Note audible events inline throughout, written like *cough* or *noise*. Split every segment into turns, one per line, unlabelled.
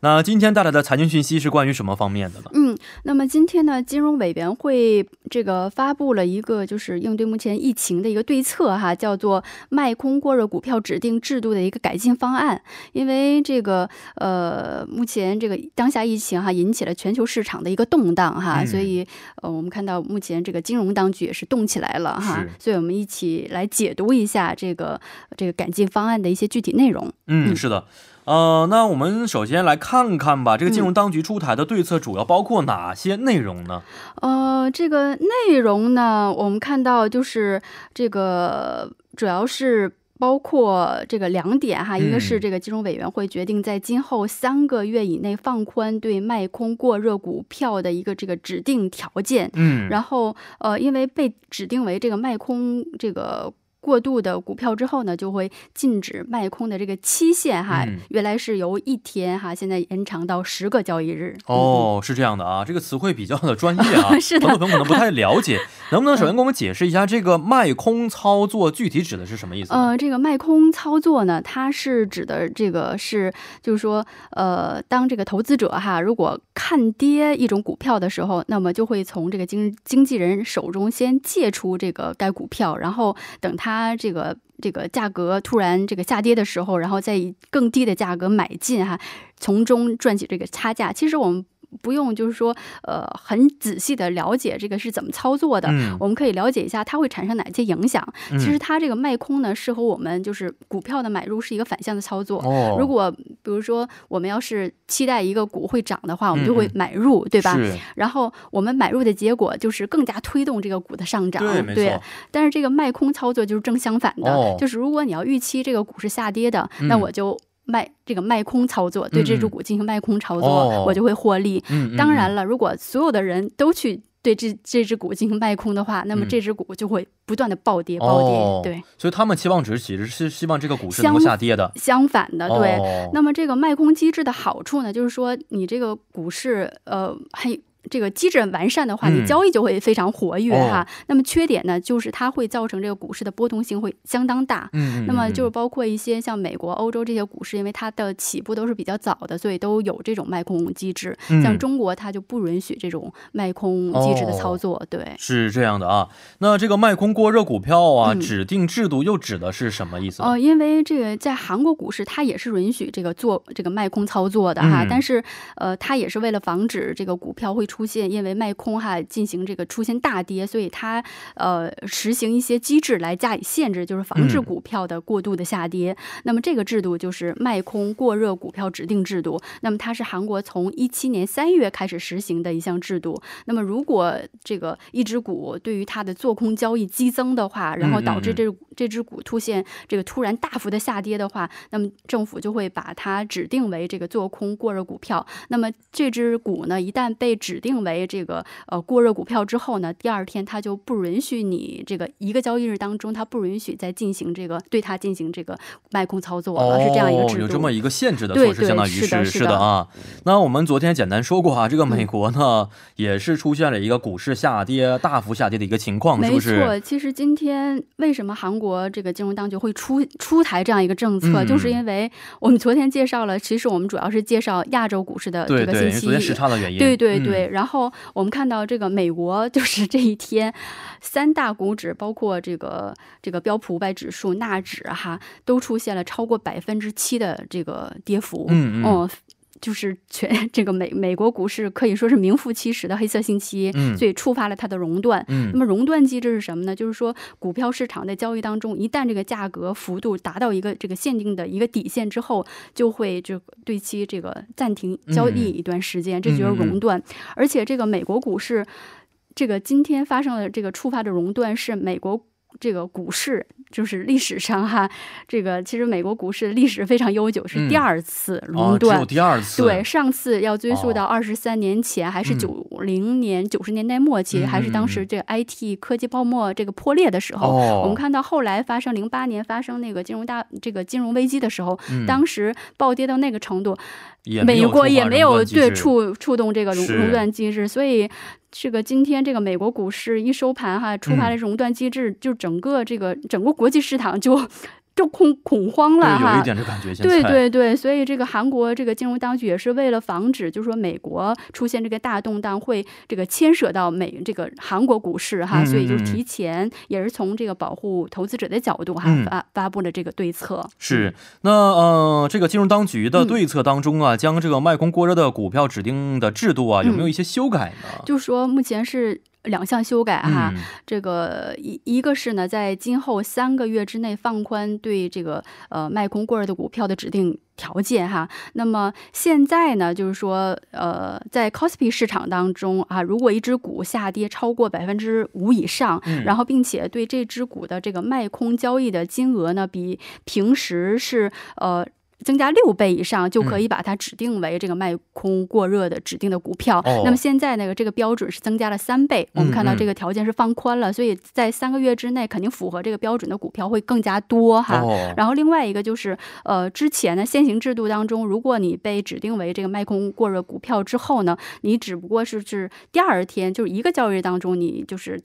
那今天带来的财经讯息是关于什么方面的呢？
嗯，那么今天呢，金融委员会这个发布了一个就是应对目前疫情的一个对策哈，叫做卖空过热股票指定制度的一个改进方案。因为这个呃，目前这个当下疫情哈，引起了全球市场的一个动荡哈，
嗯
所以呃，我们看到目前这个金融当局也是动起来了哈
是，
所以我们一起来解读一下这个呃这个改进方案的一些具体内容。
嗯，
嗯
是的。呃，那我们首先来看看吧，这个金
嗯
融当局出台的对策主要包括哪些内容呢？
呃，这个内容呢，我们看到就是这个主要是。包括这个两点哈，一个
嗯
是这个金融委员会决定在今后三个月以内放宽对卖空过热股票的一个这个指定条件，
嗯，
然后呃，因为被指定为这个卖空这个。过度的股票之后呢，就会禁止卖空的这个期限哈，
嗯
原来是由一天哈，现在延长到十个交易日。
哦，是这样的啊，这个词汇比较的专
*laughs*
业啊，
嗯是的
很多朋友可能不太了
*laughs*
解，能不能首先给我们解释一下这个卖空操作具体指的是什么意思呢？
呃，这个卖空操作呢，它是指的这个是，就是说，呃，当这个投资者哈，如果看跌一种股票的时候，那么就会从这个经经纪人手中先借出这个该股票，然后等它这个。这个价格突然这个下跌的时候，然后再以更低的价格买进哈，从中赚取这个差价。其实我们不用就是说，呃，很仔细的了解这个是怎么操作的，
嗯
我们可以了解一下它会产生哪些影响。
嗯
其实它这个卖空呢，是和我们就是股票的买入是一个反向的操作。
哦，
如果比如说我们要是期待一个股会涨的话，我们就
嗯
会
嗯
买入，对吧？
是，
然后我们买入的结果就是更加推动这个股的上涨，
对，没错，
但是这个卖空操作就是正相反的，
哦
就是如果你要预期这个股是下跌的，
嗯
那我就卖这个卖空操作，对这
嗯
只股进行卖空操作，
哦
我就会获利。
嗯，嗯
当
嗯
然了，如果所有的人都去对这这只股进行卖空的话，那么
嗯
这只股就会不断的暴跌、暴跌。
哦，
对，，
所以他们期望值其实是希望这个股市能够
相
下跌的，
相反的，对。
哦、
那么这个卖空机制的好处呢，就是说你这个股市，呃，还这个机制完善的话，
嗯
你交易就会非常活跃
哦
哈。那么缺点呢，就是它会造成这个股市的波动性会相当大。
嗯，嗯
那么就是
嗯
包括一些像美国、欧洲这些股市，因为它的起步都是比较早的，所以都有这种卖空机制。
嗯哦
像中国，它就不允许这种卖空机制的操作。对，
是这样的啊，那这个卖空过热股票啊，
嗯
指定制度又指的是什么意思呢？
呃，因为这个在韩国股市，它也是允许这个做这个卖空操作的哈，
嗯
但是呃，它也是为了防止这个股票会出现因为卖空哈进行这个出现大跌，所以它呃实行一些机制来加以限制，就是防止
嗯
股票的过度的下跌。那么这个制度就是卖空过热股票指定制度，那么它是韩国从一七年三月开始实行的一项制度。那么如果这个一只股对于它的做空交易激增的话，然后导
嗯嗯
致
嗯
这这只股出现这个突然大幅的下跌的话，那么政府就会把它指定为这个做空过热股票。那么这只股呢，一旦被指定为这个呃过热股票之后呢，第二天它就不允许你这个一个交易日当中，它不允许再进行这个对它进行这个卖空操作了，
哦，
啊是这样一个制度。
有这么一个限制的
对
措施，
对
相当于
是的
是
是的
啊。那我们昨天简单说过啊，这个美
嗯
国呢、也是出现了一个股市下跌、大幅下跌的一个情况，是
没
不是？
错，其实今天为什么韩国这个金融当局会出出台这样一个政策、
嗯
就是因为我们昨天介绍了，其实我们主要是介绍亚洲股市的
对
这个
对，因
信
为
息。
昨天时差的原因。
对对
嗯
对、然后我们看到这个美国就是这一天，三大股指包括这个这个标普五百指数、纳指啊哈，都出现了超过百分之七的这个跌幅。
嗯嗯
哦就是全这个美美国股市可以说是名副其实的黑色星期，
嗯
所以触发了它的熔断。
嗯
那么熔断机制是什么呢？就是说，股票市场在交易当中，一旦这个价格幅度达到一个这个限定的一个底线之后，就会就对其这个暂停
嗯
交易一段时间，这就是熔断。而且这个美国股市，这个今天发生了这个触发的熔断是美国。这个股市就是历史上哈，这个其实美国股市历史非常悠久，是第二次
哦，
熔
只
断。
有第二次，
嗯对，，上次要追溯到
哦
二十三年前，还是
嗯
九零年、九十年代末期，
嗯
还是当
嗯
时
嗯
这个 IT 科技泡沫这个破裂的时候。
哦，
我们看到后来发生零八年发生那个金融大这个金融危机的时候，
嗯
当时暴跌到那个程度，
也没
美
有
国
触
也
发
没
熔
有
断机
对
制
触触动这个熔
是
熔断机制，所以这个今天这个美国股市一收盘哈，触
嗯
发了熔断机制，就整个这个整个国际市场就就恐恐慌了
对，有一
哈。
点这感觉，现在
对对对，所以这个韩国这个金融当局也是为了防止，就是说美国出现这个大动荡，会这个牵涉到美这个韩国股市哈，
嗯
所以就
嗯嗯
提前也是从这个保护投资者的角度哈、
嗯
发发布了这个对策。
是，那呃，这个金融当局
嗯
的对策当中啊，将这个卖空过热的股票指定的制度啊，有没有一些修改呢？
嗯就啊说目前是两项修改哈，
嗯，
这个一一个是呢，在今后三个月之内放宽对这个呃卖空过热的股票的指定条件哈。那么现在呢，就是说呃，在 cospi 市场当中啊，如果一只股下跌超过百分之五以上，
嗯
然后并且对这只股的这个卖空交易的金额呢，比平时是呃。增加六倍以上就
嗯
可以把它指定为这个卖空过热的指定的股票。
哦
那么现在那个这个标准是增加了三倍，我们看到
嗯
这个条件是放宽了，所以在三个月之内肯定符合这个标准的股票会更加多哈。
哦，
然后另外一个就是，呃，之前呢，先行制度当中，如果你被指定为这个卖空过热股票之后呢，你只不过是是第二天，就是一个交易日当中，你就是。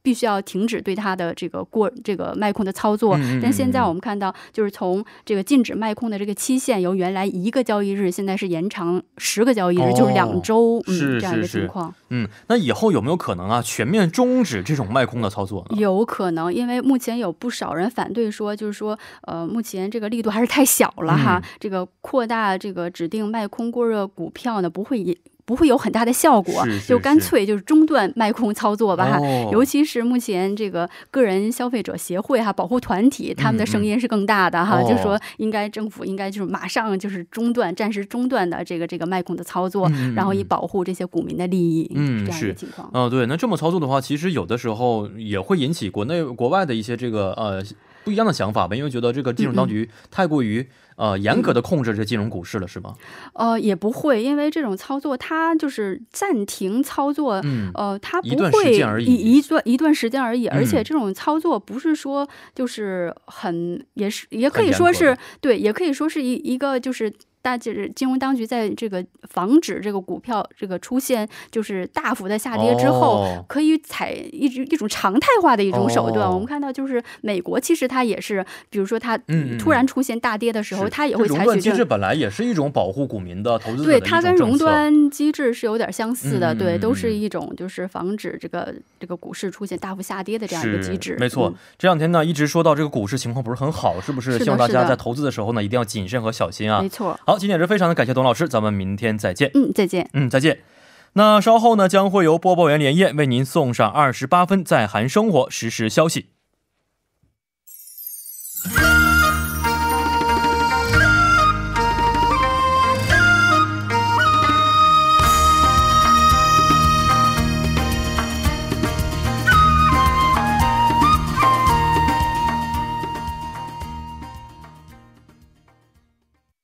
必须要停止对它的这个过这个卖空的操作，
嗯嗯
但现在
嗯
我们看到，就是从这个禁止卖空的这个期限，由原来一个交易日，现在是延长十个交易日，就
哦
是两周，
是
嗯，这样一个
是是
情况。
嗯，那以后有没有可能啊，全面终止这种卖空的操作呢？
有可能，因为目前有不少人反对说，就是说，呃，目前这个力度还是太小了
嗯
哈。这个扩大这个指定卖空过热股票呢，不会也不会有很大的效果，
是是
就干
是
脆就是中断卖空操作吧哈。
哦
尤其是目前这个个人消费者协会哈、保护团体，他
嗯
们的声音是更大的哈，
嗯嗯
就说应该政府应该就是马上就是中断、暂时中断的这个这个卖空的操作，
嗯嗯
然后以
嗯
保护这些股民的利益，
嗯
这样一
是
个情况。
嗯、对，那这么操作的话，其实有的时候也会引起国内、国外的一些这个呃不一样的想法吧，因为觉得这个金融
嗯
当局太过于呃严格的控制这金融股市了，是吗？
呃，也不会，因为这种操作它就是暂停操作，
嗯，
呃，它
一
不
段时
会
间而
一
已
一段一段时间而已，而且
嗯
这种操作不是说就是很，也是也可
很
以
严
说
格
是
的
对，也可以说是一一个就是。大就是金融当局在这个防止这个股票这个出现就是大幅的下跌之后，
哦
可以采一种一种常态化的一种手段。
哦
我们看到，就是美国其实它也是，比如说它
嗯嗯嗯
突然出现大跌的时候，
是
它也
这
会
熔
采
断
取
机
这
制
种
本来也是一种保护股民的投资者
对，
的一
它
种
跟
政
熔
策
断机制是有点相似的，
嗯嗯
对，
嗯
都是
嗯
一种就是防止这个这个股市出现大幅下跌的这样一个机制。
是没错
嗯，
这两天呢一直说到这个股市情况不是很好，是不
是
是？
的
希望大
是
家
的
在投资的时候呢一定要谨慎和小心啊
没。错。
好，今天也是非常的感谢董老师，咱们明天再见。
嗯，再见。
嗯，再见。那稍后呢将会由播报员连夜为您送上二十八分在韩生活实时消息。